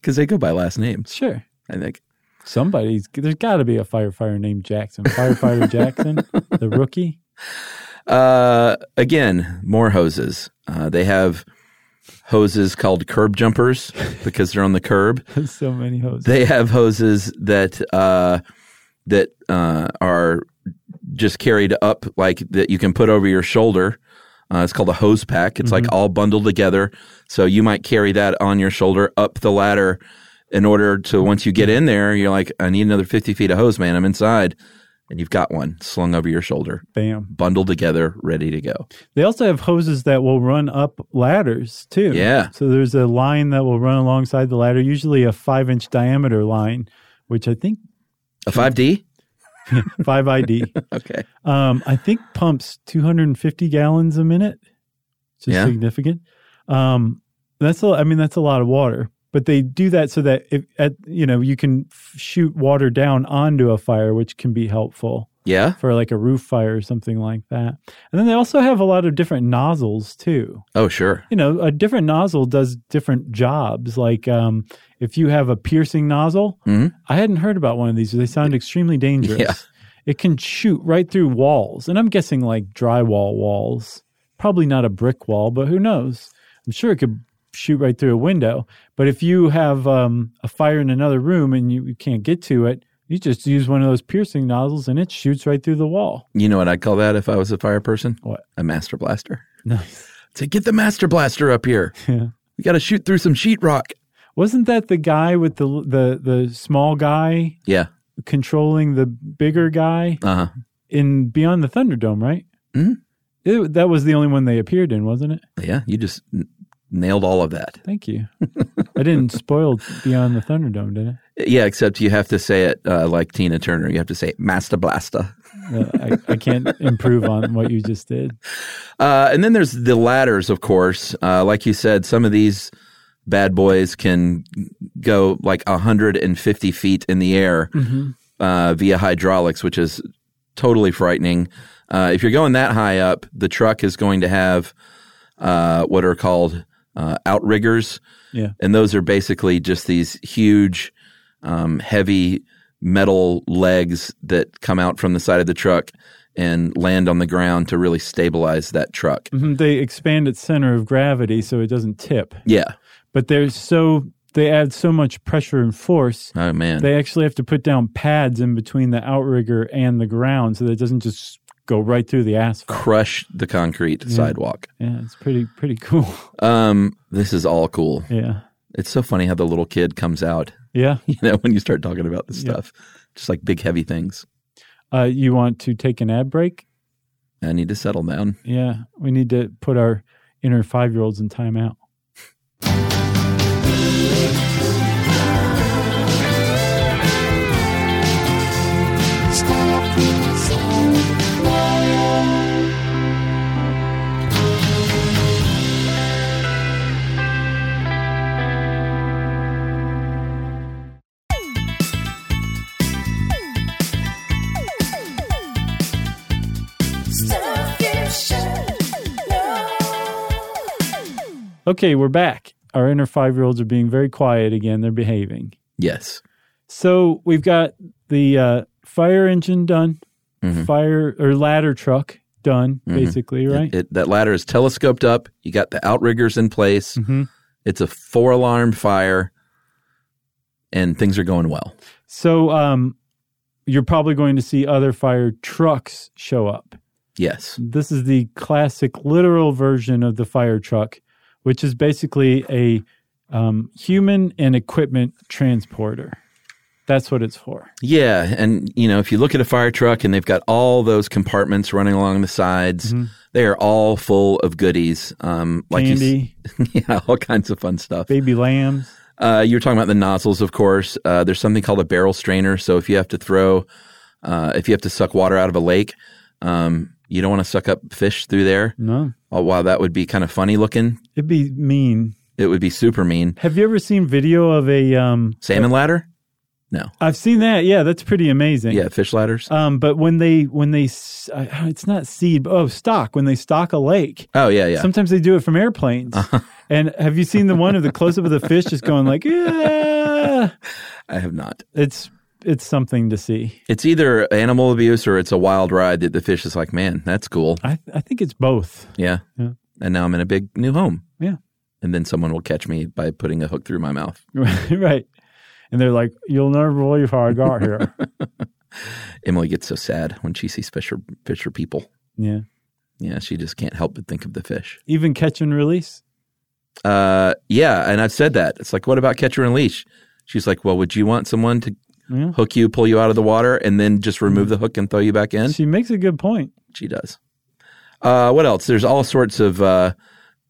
because they go by last names.
sure.
I think.
Somebody's there's got to be a firefighter named Jackson. Firefighter Jackson, the rookie.
Uh, again, more hoses. Uh, they have hoses called curb jumpers because they're on the curb.
so many hosts.
They have hoses that uh, that uh, are just carried up, like that you can put over your shoulder. Uh, it's called a hose pack. It's like all bundled together. So you might carry that on your shoulder up the ladder in order to once you get in there, you're like, I need another 50 feet of hose, man. I'm inside. And you've got one slung over your shoulder,
Bam.
bundled together, ready to go.
They also have hoses that will run up ladders too.
Yeah.
So there's a line that will run alongside the ladder, usually a five inch diameter line, which I think
A 5D?
five ID.
Okay.
um, I think pumps 250 gallons a minute, which is
Yeah.
significant. Um, that's a, I mean, that's a lot of water. But they do that so that if at you know you can f- shoot water down onto a fire, which can be helpful
Yeah.
for like a roof fire or something like that. And then they also have a lot of different nozzles too
Oh, sure.
you know, a different nozzle does different jobs. Like um, if you have a piercing nozzle,
Mhm.
I hadn't heard about one of these. They sound extremely dangerous.
Yeah.
It can shoot right through walls, and I'm guessing like drywall walls, probably not a brick wall, but who knows? I'm sure it could shoot right through a window. But if you have um, a fire in another room and you, you can't get to it, you just use one of those piercing nozzles, and it shoots right through the wall.
You know what I'd call that if I was a fire person?
What?
A master blaster.
Nice.
Say, get the master blaster up here.
Yeah.
We got to shoot through some sheetrock.
Wasn't that the guy with the the the small guy
Yeah.
controlling the bigger guy
Uh huh.
in Beyond the Thunderdome, right?
Mhm.
It- that was the only one they appeared in, wasn't it?
Yeah. You just n- nailed all of that.
Thank you. I didn't spoil Beyond the Thunderdome, did I?
Yeah. Except you have to say it uh, like Tina Turner. You have to say master blaster.
No, I, I can't improve on what you just did.
Uh, and then there's the ladders, of course. Uh, like you said, some of these bad boys can go like 150 feet in the air uh, via hydraulics, which is totally frightening. Uh, if you're going that high up, the truck is going to have uh, what are called uh, outriggers.
Yeah.
And those are basically just these huge, um, heavy metal legs that come out from the side of the truck and land on the ground to really stabilize that truck.
Mhm, They expand its center of gravity so it doesn't tip,
Yeah.
but they're so they add so much pressure and force.
Oh, man.
They actually have to put down pads in between the outrigger and the ground so that it doesn't just go right through the asphalt.
Crush the concrete sidewalk.
Yeah, it's pretty pretty cool.
Um, this is all cool.
Yeah.
It's so funny how the little kid comes out,
Yeah.
you know, when you start talking about this
Yeah.
stuff. Just like big, heavy things.
Uh, you want to take an ad break?
I need to settle down.
Yeah, we need to put our inner five year olds in timeout. Okay, we're back. Our inner five year olds are being very quiet again. They're behaving.
Yes.
So we've got the uh, fire engine done,
Mhm.
fire or ladder truck done,
Mhm.
basically, right?
It, it, that ladder is telescoped up. You got the outriggers in place.
hmm
It's a four alarm fire, and things are going well.
So um, you're probably going to see other fire trucks show up.
Yes.
This is the classic literal version of the fire truck, which is basically a um, human and equipment transporter. That's what it's for.
Yeah, and you know, if you look at a fire truck and they've got all those compartments running along the sides, they are all full of goodies. Um, like you s-
Candy,
yeah, all kinds of fun stuff.
baby lambs.
Uh, you were talking about the nozzles, of course. Uh, there's something called a barrel strainer. So if you have to throw, uh, if you have to suck water out of a lake, um, you don't want to suck up fish through there.
No,
Oh, wow, that would be kind of funny looking.
it'd be mean.
It would be super mean.
Have you ever seen video of a? Um,
Salmon ladder? No.
I've seen that. Yeah, that's pretty amazing.
Yeah, fish ladders.
Um, but when they when they s- uh, it's not seed, but oh, stock when they stock a lake.
Oh yeah, Uh-huh. yeah.
Sometimes they do it from airplanes. And have you seen the one of the close up of the fish just going like, yeah?
I have not.
It's it's something to see.
It's either animal abuse or it's a wild ride that the fish is like, man, that's cool.
I I think it's both.
Yeah.
Yeah.
And now I'm in a big new home.
Yeah.
And then someone will catch me by putting a hook through my mouth.
right. And they're like, you'll never believe how I got here.
Emily gets so sad when she sees fisher fisher people.
yeah.
Yeah, she just can't help but think of the fish.
Even catch and release.
Uh, yeah, and I've said that. It's like, what about catcher and leash? She's like, well, would you want someone to
Yeah. Mm-hmm.
hook you, pull you out of the water, and then just remove the hook and throw you back in?
She makes a good point.
She does. Uh, what else? There's all sorts of uh,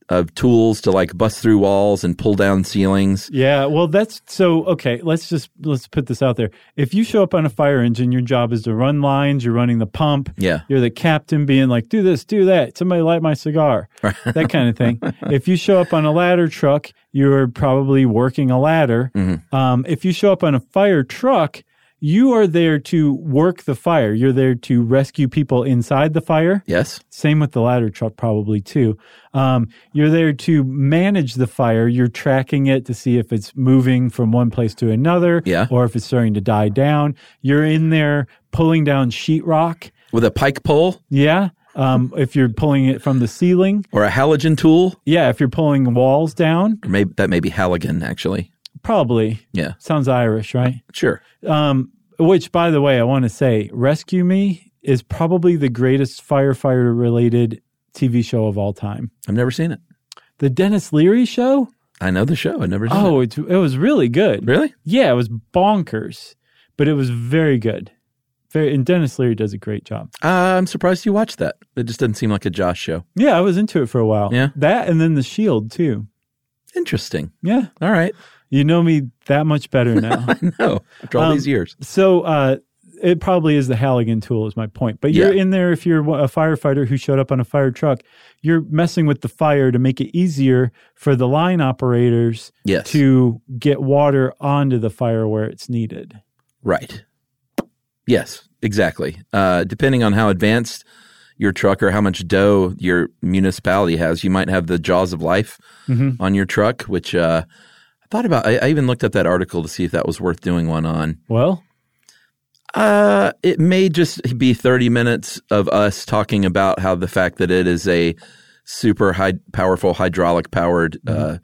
of tools to like bust through walls and pull down ceilings.
Yeah, well, that's so okay. Let's just let's put this out there. If you show up on a fire engine, your job is to run lines. You're running the pump.
Yeah.
You're the captain, being like, "Do this, do that." Somebody light my cigar, that kind of thing. if you show up on a ladder truck, you're probably working a ladder. Um, if you show up on a fire truck, you are there to work the fire. You're there to rescue people inside the fire.
Yes.
Same with the ladder truck, probably too. Um, you're there to manage the fire. You're tracking it to see if it's moving from one place to another,
Yeah.
or if it's starting to die down. You're in there pulling down sheetrock.
With a pike pole
Yeah. Um, if you're pulling it from the ceiling.
or a halogen tool,
Yeah. If you're pulling walls down,
or maybe that may be halogen actually.
probably.
Yeah.
Sounds Irish, right?
Sure.
Um, which, by the way, I want to say Rescue Me is probably the greatest firefighter related TV show of all time.
I've never seen it.
The Dennis Leary show?
I know the show. I've never seen
Oh,
it.
it, it was really good.
Really?
Yeah, it was bonkers, but it was very good. Very, and Dennis Leary does a great job.
Uh, I'm surprised you watched that. It just doesn't seem like a Josh show.
Yeah, I was into it for a while.
Yeah.
That and then The Shield, too.
Interesting.
Yeah.
All right.
You know me that much better now.
I know. After all
Um,
these years.
so uh, it probably is the Halligan tool, is my point. But you're
Yeah.
in there if you're a firefighter who showed up on a fire truck, you're messing with the fire to make it easier for the line operators
Yes.
to get water onto the fire where it's needed.
Right. Yes, exactly. Uh, depending on how advanced your truck or how much dough your municipality has, you might have the jaws of life
Mhm.
on your truck, which uh, I thought about. I, I even looked at that article to see if that was worth doing one on.
Well,
Uh, it may just be 30 minutes of us talking about how the fact that it is a super high, powerful hydraulic powered uh,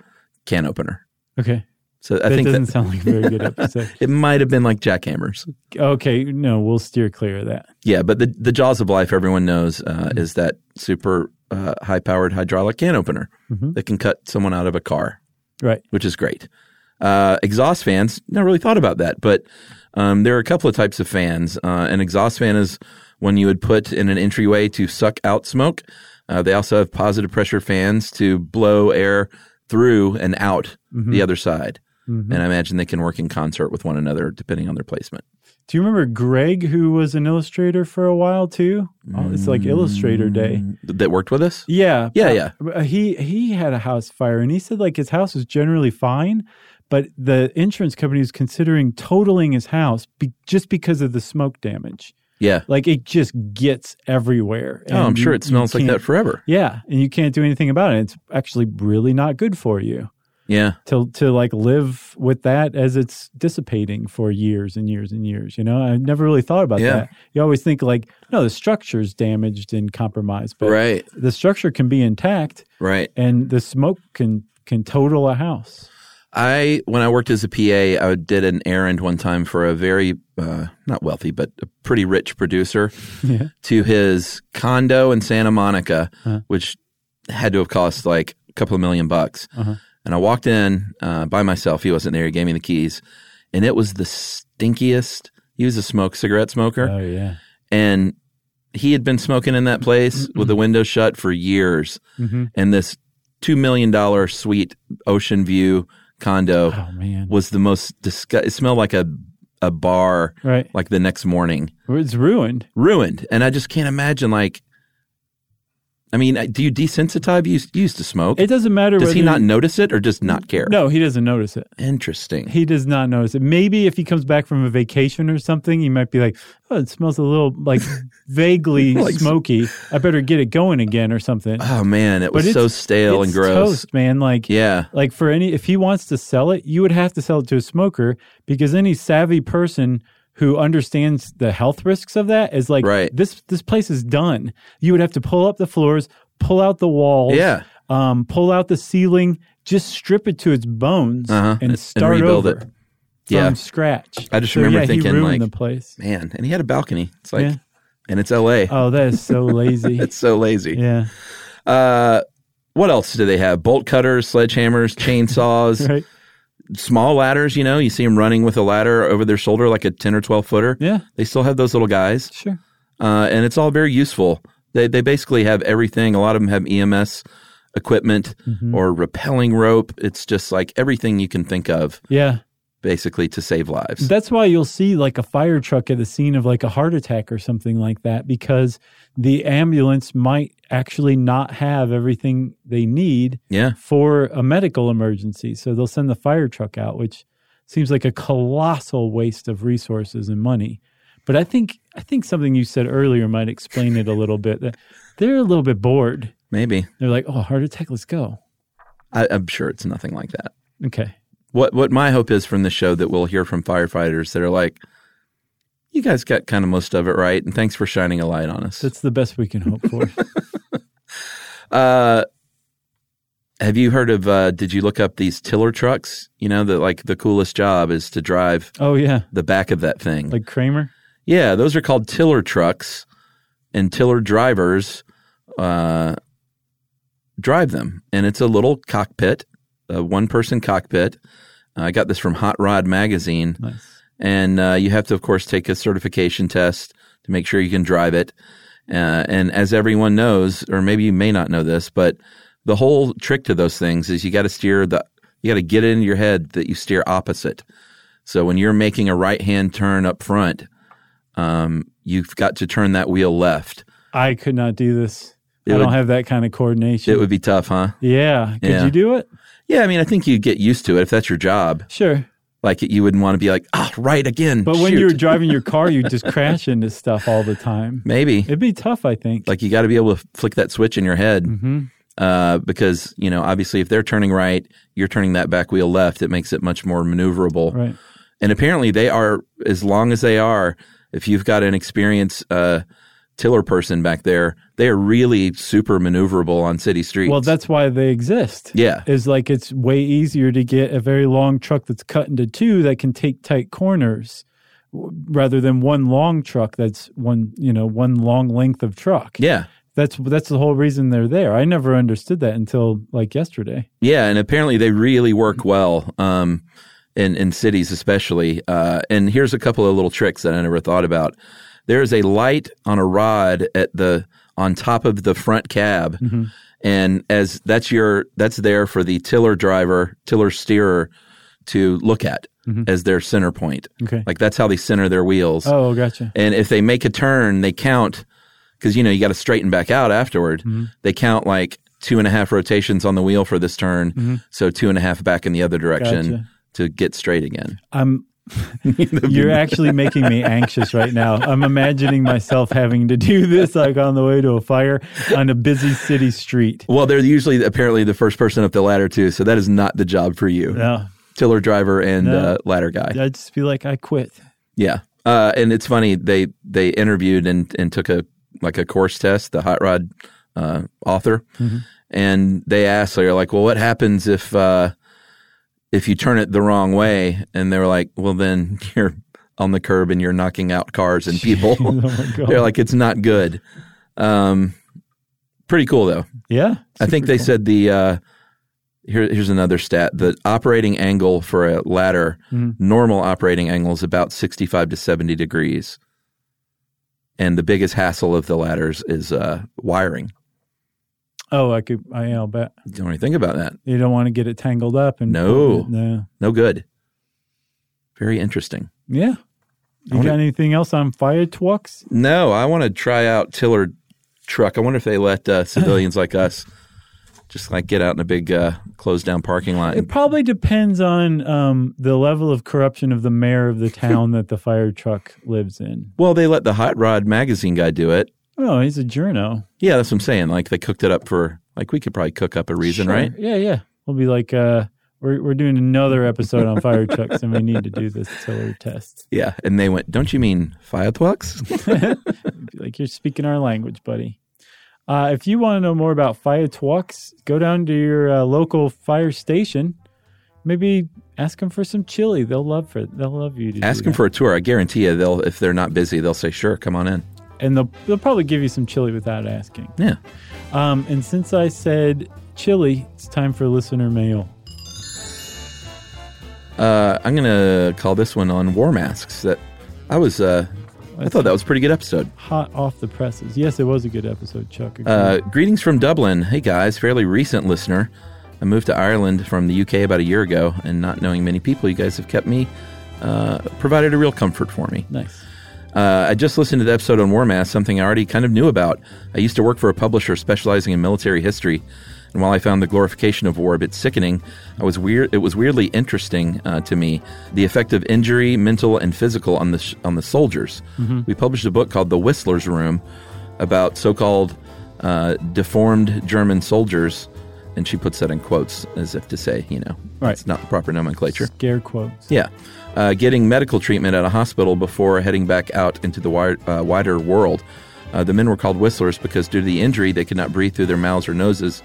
can opener.
okay.
So I
Mm-hmm. that
think
doesn't
that
sound like a very good episode.
it might have been like jackhammers.
Okay, no, we'll steer clear of that.
Yeah, but the the jaws of life everyone knows uh,
Mm-hmm.
is that super uh, high powered hydraulic can opener
Mm-hmm.
that can cut someone out of a car,
Right.
which is great. Uh, exhaust fans never really thought about that, but um, there are a couple of types of fans. Uh, an exhaust fan is one you would put in an entryway to suck out smoke. Uh, they also have positive pressure fans to blow air through and out
Mm-hmm.
the other side. And I imagine they can work in concert with one another depending on their placement.
Do you remember Greg, who was an illustrator for a while too? Oh, it's like Illustrator Day.
Th- That worked with us?
Yeah.
Mm. Yeah, yeah.
Uh, He he had a house fire, and he said like his house was generally fine, but the insurance company was considering totaling his house be- just because of the smoke damage.
Yeah.
Like it just gets everywhere.
Oh, I'm
and
sure
you-
it smells
you
like that
can't-
forever.
Yeah, and you can't do anything about it. It's actually really not good for you
Yeah.
to to like live with that as it's dissipating for years and years and years. You know, I never really thought about
Yeah.
that. You always think like, no, the structure's damaged and compromised, but
Right.
the structure can be intact,
Right.
and the smoke can can total a house.
I when I worked as a PA, I did an errand one time for a very uh, not wealthy but a pretty rich producer
Yeah. Uh-huh.
to his condo in Santa Monica, which had to have cost like a couple of million bucks.
Uh-huh.
And I walked in uh, by myself. He wasn't there. He gave me the keys, and it was the stinkiest. He was a smoke cigarette smoker,
Oh yeah.
and he had been smoking in that place with the window shut for years.
Mhm.
And this two million dollar suite, ocean view condo
Oh man.
was the most disgust. It smelled like a a bar
Right.
like the next morning,
It's ruined.
ruined. And I just can't imagine. Like, I mean, I- do you desensitize? You, used- you used to smoke.
It doesn't matter.
Does
whether
he
you-
not notice it or just not care?
No, he doesn't notice it.
Interesting.
He does not notice it. Maybe if he comes back from a vacation or something, he might be like, "Oh, it smells a little like vaguely
Like s-
smoky. I better get it going again or something."
Oh man, it
But
was
it's-
so stale
it's
and gross.
toast, man. Like,
Yeah,
like for any, if he wants to sell it, you would have to sell it to a smoker because any savvy person who understands the health risks of that is like,
Right.
this this place is done. You would have to pull up the floors, pull out the walls,
Yeah.
um, pull out the ceiling, just strip it to its bones
Uh-huh.
and
And
start
rebuild
over
it.
from
yeah,
scratch.
I just
So,
remember
yeah,
thinking,
he ruined
like-
the place.
man. And he had a balcony. It's like,
Yeah.
and it's L.A.
Oh, that is so lazy.
It's so lazy.
yeah,
Uh, what else do they have? Bolt cutters, sledgehammers, chainsaws.
right.
small ladders, you know, you see them running with a ladder over their shoulder, like a 10 or 12 footer.
Yeah,
They still have those little guys.
sure.
Uh, and it's all very useful. They, they basically have everything. A lot of them have EMS equipment or rappelling rope. It's just like everything you can think of,
Yeah.
basically, to save lives.
That's why you'll see like a fire truck at the scene of like a heart attack or something like that, because the ambulance might actually not have everything they need
yeah.
for a medical emergency. So they'll send the fire truck out, which seems like a colossal waste of resources and money. But I think I think something you said earlier might explain it a little bit. That they're a little bit bored.
Maybe.
They're like, "Oh, heart attack, let's go."
I, I'm sure it's nothing like that.
Okay.
What, what my hope is from this show that we'll hear from firefighters that are like, you guys got kind of most of it right. And thanks for shining a light on us.
That's the best we can hope for.
Uh, have you heard of? Uh, did you look up these tiller trucks? You know that like the coolest job is to drive
oh yeah,
the back of that thing.
like Kramer.
yeah, those are called tiller trucks, and tiller drivers uh, drive them. And it's a little cockpit, a one-person cockpit. I got this from Hot Rod magazine
Nice.
and uh, you have to, of course, take a certification test to make sure you can drive it. Uh, and as everyone knows, or maybe you may not know this, but the whole trick to those things is you got to steer the, you got to get it in your head that you steer opposite. So when you're making a right hand turn up front, um, you've got to turn that wheel left.
I could not do this.
It
I don't
would-
have that kind of coordination.
It would be tough, huh?
yeah. Could
Yeah.
you do it?
Yeah, I mean, I think you get used to it if that's your job.
Sure.
Like you wouldn't want to be like, ah, right again.
But when you were
shoot."
driving your car, you just crash into stuff all the time.
maybe
It'd be tough, I think.
like you got to be able to flick that switch in your head.
hmm
uh, because you know obviously if they're turning right, you're turning that back wheel left. It makes it much more maneuverable.
Right.
And apparently they are as long as they are. If you've got an experienced uh, tiller person back there, they are really super maneuverable on city streets.
Well, that's why they exist.
Yeah.
Is like it's way easier to get a very long truck that's cut into two that can take tight corners w- rather than one long truck that's one, you know, one long length of truck.
yeah,
That's that's the whole reason they're there. I never understood that until like yesterday.
yeah. And apparently they really work well um, in in cities, especially. Uh, and here's a couple of little tricks that I never thought about. There is a light on a rod at the on top of the front cab. and as that's your that's there for the tiller driver tiller steerer to look at as their center point
Okay.
like that's how they center their wheels
oh, gotcha.
and if they make a turn they count because you know you got to straighten back out afterward they count like two and a half rotations on the wheel for this turn so two and a half back in the other direction
Gotcha.
to get straight again
I'm You're actually making me anxious right now. I'm imagining myself having to do this like on the way to a fire on a busy city street.
Well, they're usually apparently the first person up the ladder too, so that is not the job for you.
No,
Tiller driver and uh, ladder guy.
I'd just be like, I quit.
Yeah. Uh, and it's funny they they interviewed and and took a like a course test the hot rod uh, author,
Mm-hmm.
and they asked they're like, well, what happens if uh, if you turn it the wrong way? And they were like, well, then you're on the curb and you're knocking out cars and people.
Oh my God.
they're like, it's not good. Um, pretty cool though.
Yeah.
I think they said the uh, here, here's another stat: the operating angle for a ladder, normal operating angle is about 65 to 70 degrees, and the biggest hassle of the ladders is uh, wiring.
Oh, I could. I I'll bet
Don't really think about that.
you don't want to get it tangled up. And
No.
no.
No good. Very interesting.
Yeah. You got anything else on fire trucks?
No, I want to try out Tiller truck. I wonder if they let uh, civilians like us just like get out in a big uh, closed down parking lot.
It
And,
probably depends on um, the level of corruption of the mayor of the town that the fire truck lives in.
well, they let the hot rod magazine guy do it.
Oh, he's a journo.
Yeah, that's what I'm saying. Like they cooked it up for like we could probably cook up a reason,
Sure.
right?
Yeah, yeah. We'll be like, uh, we're we're doing another episode on fire trucks, and we need to do this tiller test.
Yeah. And they went, Don't you mean fireworks?
Be like you're speaking our language, buddy. Uh, if you want to know more about fire trucks, go down to your uh, local fire station. Maybe ask them for some chili. They'll love for they'll love you to do
Ask them
that.
for a tour. I guarantee you they'll if they're not busy, they'll say, Sure, come on in.
and they'll they'll probably give you some chili without asking.
Yeah.
Um, and since I said chili, it's time for listener mail.
Uh, I'm gonna call this one on war masks that I was uh I thought that was a pretty good episode.
Hot off the presses. Yes, it was a good episode, Chuck.
Uh, greetings from Dublin. Hey guys, fairly recent listener. I moved to Ireland from the UK about a year ago, and not knowing many people, you guys have kept me, uh, provided a real comfort for me.
nice.
Uh, I just listened to the episode on War Mass, something I already kind of knew about. I used to work for a publisher specializing in military history, and while I found the glorification of war a bit sickening, I was weird. It was weirdly interesting uh, to me the effect of injury, mental and physical, on the sh- on the soldiers. We published a book called The Whistler's Room about so-called uh, deformed German soldiers, and she puts that in quotes as if to say, you know,
Right.
it's not the proper nomenclature.
Scare quotes.
Yeah. Uh, getting medical treatment at a hospital before heading back out into the wi- uh, wider world. Uh, the men were called whistlers because, due to the injury, they could not breathe through their mouths or noses.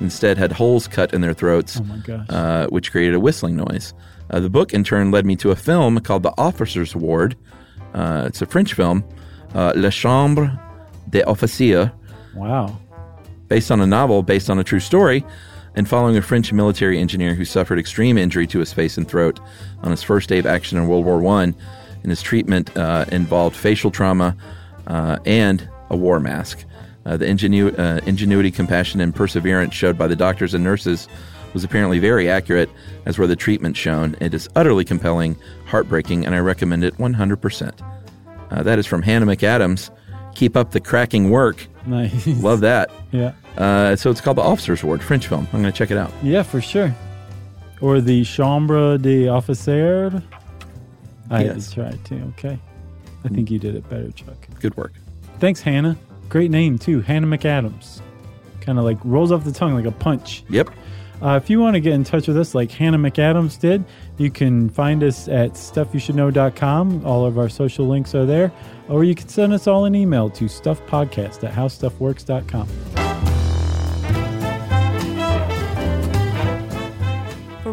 Instead, had holes cut in their throats,
Oh my gosh.
uh, which created a whistling noise. Uh, the book, in turn, led me to a film called The Officer's Ward. Uh, it's a French film, uh, La Chambre des Officiers,
Wow.
based on a novel based on a true story and following a French military engineer who suffered extreme injury to his face and throat on his first day of action in World War I. And his treatment uh, involved facial trauma uh, and a war mask. Uh, the ingenu- uh, ingenuity, compassion, and perseverance showed by the doctors and nurses was apparently very accurate, as were the treatments shown. It is utterly compelling, heartbreaking, and I recommend it 100%. Uh, that is from Hannah McAdams. Keep up the cracking work.
Nice.
Love that.
yeah.
Uh, so it's called The Officer's Ward, French film. I'm going to check it out.
Yeah, for sure. Or the Chambre des Officiers. I had
Yes.
to try too. Okay. I think you did it better, Chuck.
Good work.
Thanks, Hannah. Great name too, Hannah McAdams. Kind of like rolls off the tongue like a punch.
Yep.
Uh, if you want to get in touch with us like Hannah McAdams did, you can find us at stuffyoushouldknow.com. All of our social links are there. Or you can send us all an email to stuffpodcast at howstuffworks.com.
For